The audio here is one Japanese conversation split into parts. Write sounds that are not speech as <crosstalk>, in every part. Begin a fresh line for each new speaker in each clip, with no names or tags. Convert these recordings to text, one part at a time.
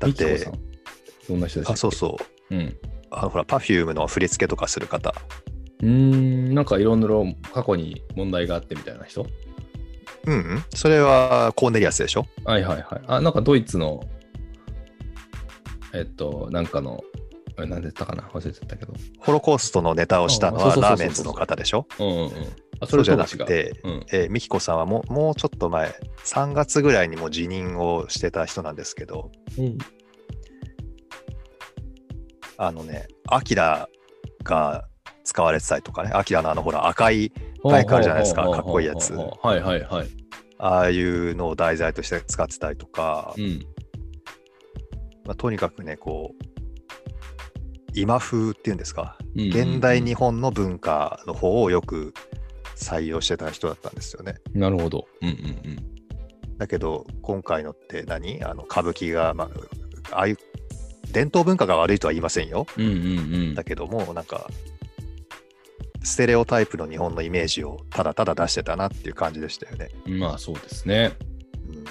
だっ
ミキコ
て
さん。どんな人でした
あ
っけ
そうそう
うん。
あほら Perfume の振り付けとかする方
うーん、なんかいろいろ過去に問題があってみたいな人
うん、うん、それはコーネリアスでしょ
はいはいはい。あ、なんかドイツの、えっと、なんかの、あれ、なんでったかな忘れちゃったけど。
ホロコーストのネタをしたの
あ
は
そうそうそ
ラ
うそう
ーメンズの方でしょ
うんうんうん。あ、
そうじゃな
と
く
も違う。
て、
うん。
えー、ミキコさんはもうもうちょっと前3月ぐらいにもう辞任をしてた人なんですけど
うん、
あのねアキラが使われてたりとかねアキラのあのほら赤いバイクあるじゃないですか
ほうほう
かっこいいやつ
ほうほうほうはいはいはい。
ああいうのを題材として使ってたりとか
う、ん。
まあ、とにかくねこう今風っていうんですか
うん
現代。日本の文化の方をよく採用してた人だったんですよね。
なるほど。うんうんうん。
だけど今回のって何あの歌舞伎が、まあ、ああいう伝統文化が悪いとは言いませんよ
うんうんうん。
だけどもなんかステレオタイプの日本のイメージをただただ出してたなっていう感じでしたよね。
まあそうですね。
うん、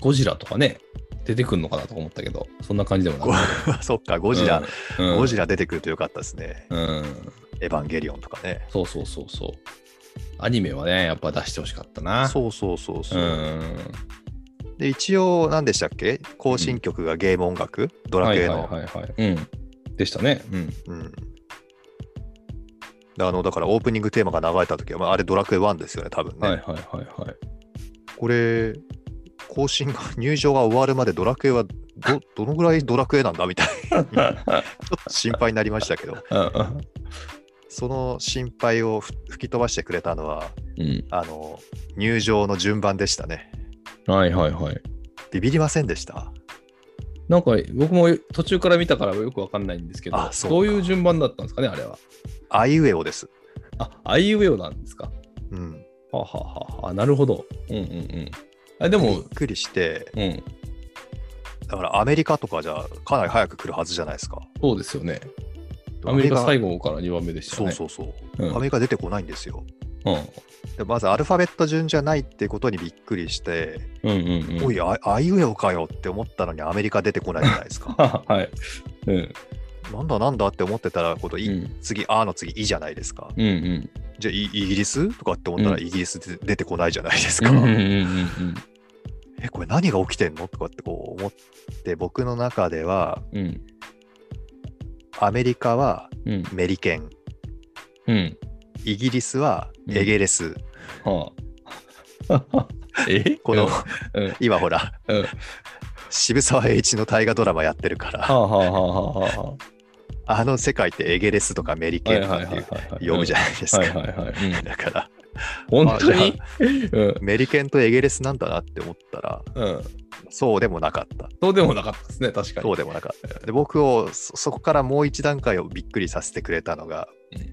ゴジラとかね、出てくるのかなとか思ったけど、そんな感じでもな
ゴ
かっ
<laughs> そっか
た
ゴジラ、、
うん
ゴジラ出てくるとよかったですね。
うん。
エヴァンゲリオンとかね。
そうそうそうそう。アニメはね、やっぱ出してほしかったな。う。
そうそうそうそうう。
ん。
で一応何でしたっけ行進曲がゲーム音楽、ドラクエの。
はいはいはいはい。うん。でしたね。うん。
うん。あのだからオープニングテーマが流れた時は、まあ、あれドラクエ1ですよね多分ね、
はいはいはいはい。
これ更新が <laughs> 入場が終わるまでドラクエはどどのぐらいドラクエなんだみたいなちょっと心配になりましたけど
う
その心配をふ吹き飛ばしてくれたのは
ん。
あの入場の順番でしたね
はいはいはい。
ビビりませんでした
なんか僕も途中から見たからよくわかんないんですけど
あ、そうか
どういう順番だったんですかね、あれは。
あいうえおです、
あ、アイウェオなんですか。
うん、
はあ、はあはあ、あなるほど。うんうんうん。あで
びっ
も、
くりして
うん、
だからアメリカとかじゃかなり早く来るはずじゃないですか
そうですよね。アメリカ
アメ
最後から2番目でした
そう
ね。
そうそう、
うん
アメリカ出てこないんですよ
う
でまずアルファベット順じゃないってことにびっくりして、
ん。うんうんうん。
おい、ああいうえおかよって思ったのにアメリカ出てこないじゃないです
<laughs>
か。
<laughs> はい。うん。
なんだなんだって思ってたら、ことい
うん
次、あの次、いじゃないですか。
うんうん。
じゃあ、イイギリスとかって思ったら、
うん
イギリスで出てこないじゃないです
うん
か。
うんうん
え、これ何が起きてんのとかってこう思って、僕の中では、
うん。うん
アメリカは
うん
メリケン、
うん。
イギリスはエゲレス。
はあ。え
<laughs> この、
うんうん
今ほら、
うん
渋沢栄一の大河ドラマやってるから、
はあはあはあはあは
あの世界ってエゲレスとかメリ
あ。
ケンとかっていう呼ぶじゃ
な
ないです
はいはい
か。
はい。うん
だから
本当にうん
メリケンとエゲレスなんだなって思ったら
うん。
そうでもなかった。
どうでもなかったですね、確かに。
そうでもなかった。で僕をそそこからもう一段階をびっくりさせてくれたのが
うん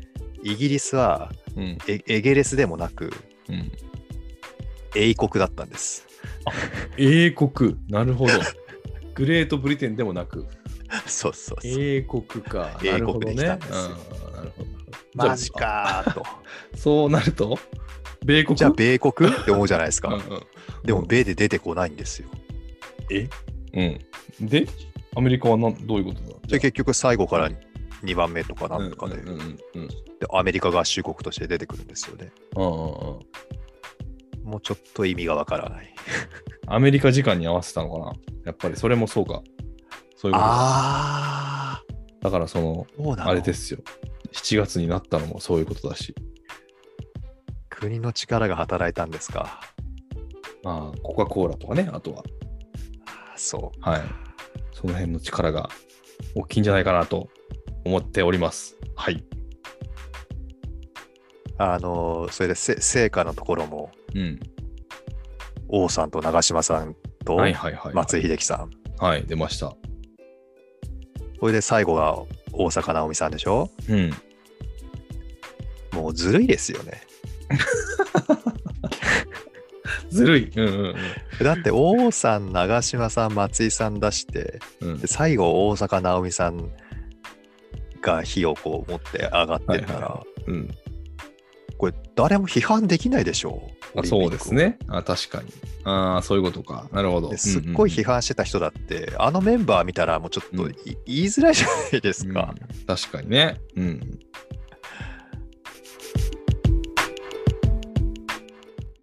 イギリスは
うん。
エエゲレスでもなく
うん。
英国だったんです。 <laughs>
英国、なるほど。グレートブリテンでもなく、
そうそうそう。
英国か。
英国で来たんですよ
なるほどねうんなるほど。
マジかーと。
そうなると、米国
じゃあ米国って思うじゃないです
うん
か。でも米で出てこないんですよ。
うん、うん。で、アメリカはなんどういうことだ
で結局最後から2番目とかなんとかで,、
うんうんうんうんうん
でアメリカ合衆国として出てくるんですよね。
うんうん
もうちょっと意味がわからない。
アメリカ時間に合わせたのかなやっぱりそれもそうか。そういうことだ
あ
だからその、
あ、そうなの
あれですよ。7月になったのもそういうことだし。
国の力が働いたんですか。
まあ、コカ・コーラとかね、あとは、
あーそう。
はい。その辺の力が大きいんじゃないかなと思っております。はい。
あのーそれでせ成果のところも、
うん。
王さんと長嶋さんと
はいはいはい。
松井秀喜さん。
はい、出ました。
それで最後が大坂なおみさんでしょ
うん。
もうずるいですよね。
ずるい。うんうん
だって王さん、長嶋さん、松井さん出して、
うん。うん
で最後大坂なおみさんが火をこう持って上がってったら、
うん、
これ誰も批判できないでしょう。
あそうですね。あ確かに。ああ、そういうことか。なるほど。
ですっごい批
判
判してた人だって、あのメンバー見たらもうちょっとい、
うん
言いづらいじゃないですか、
確かにね。うん。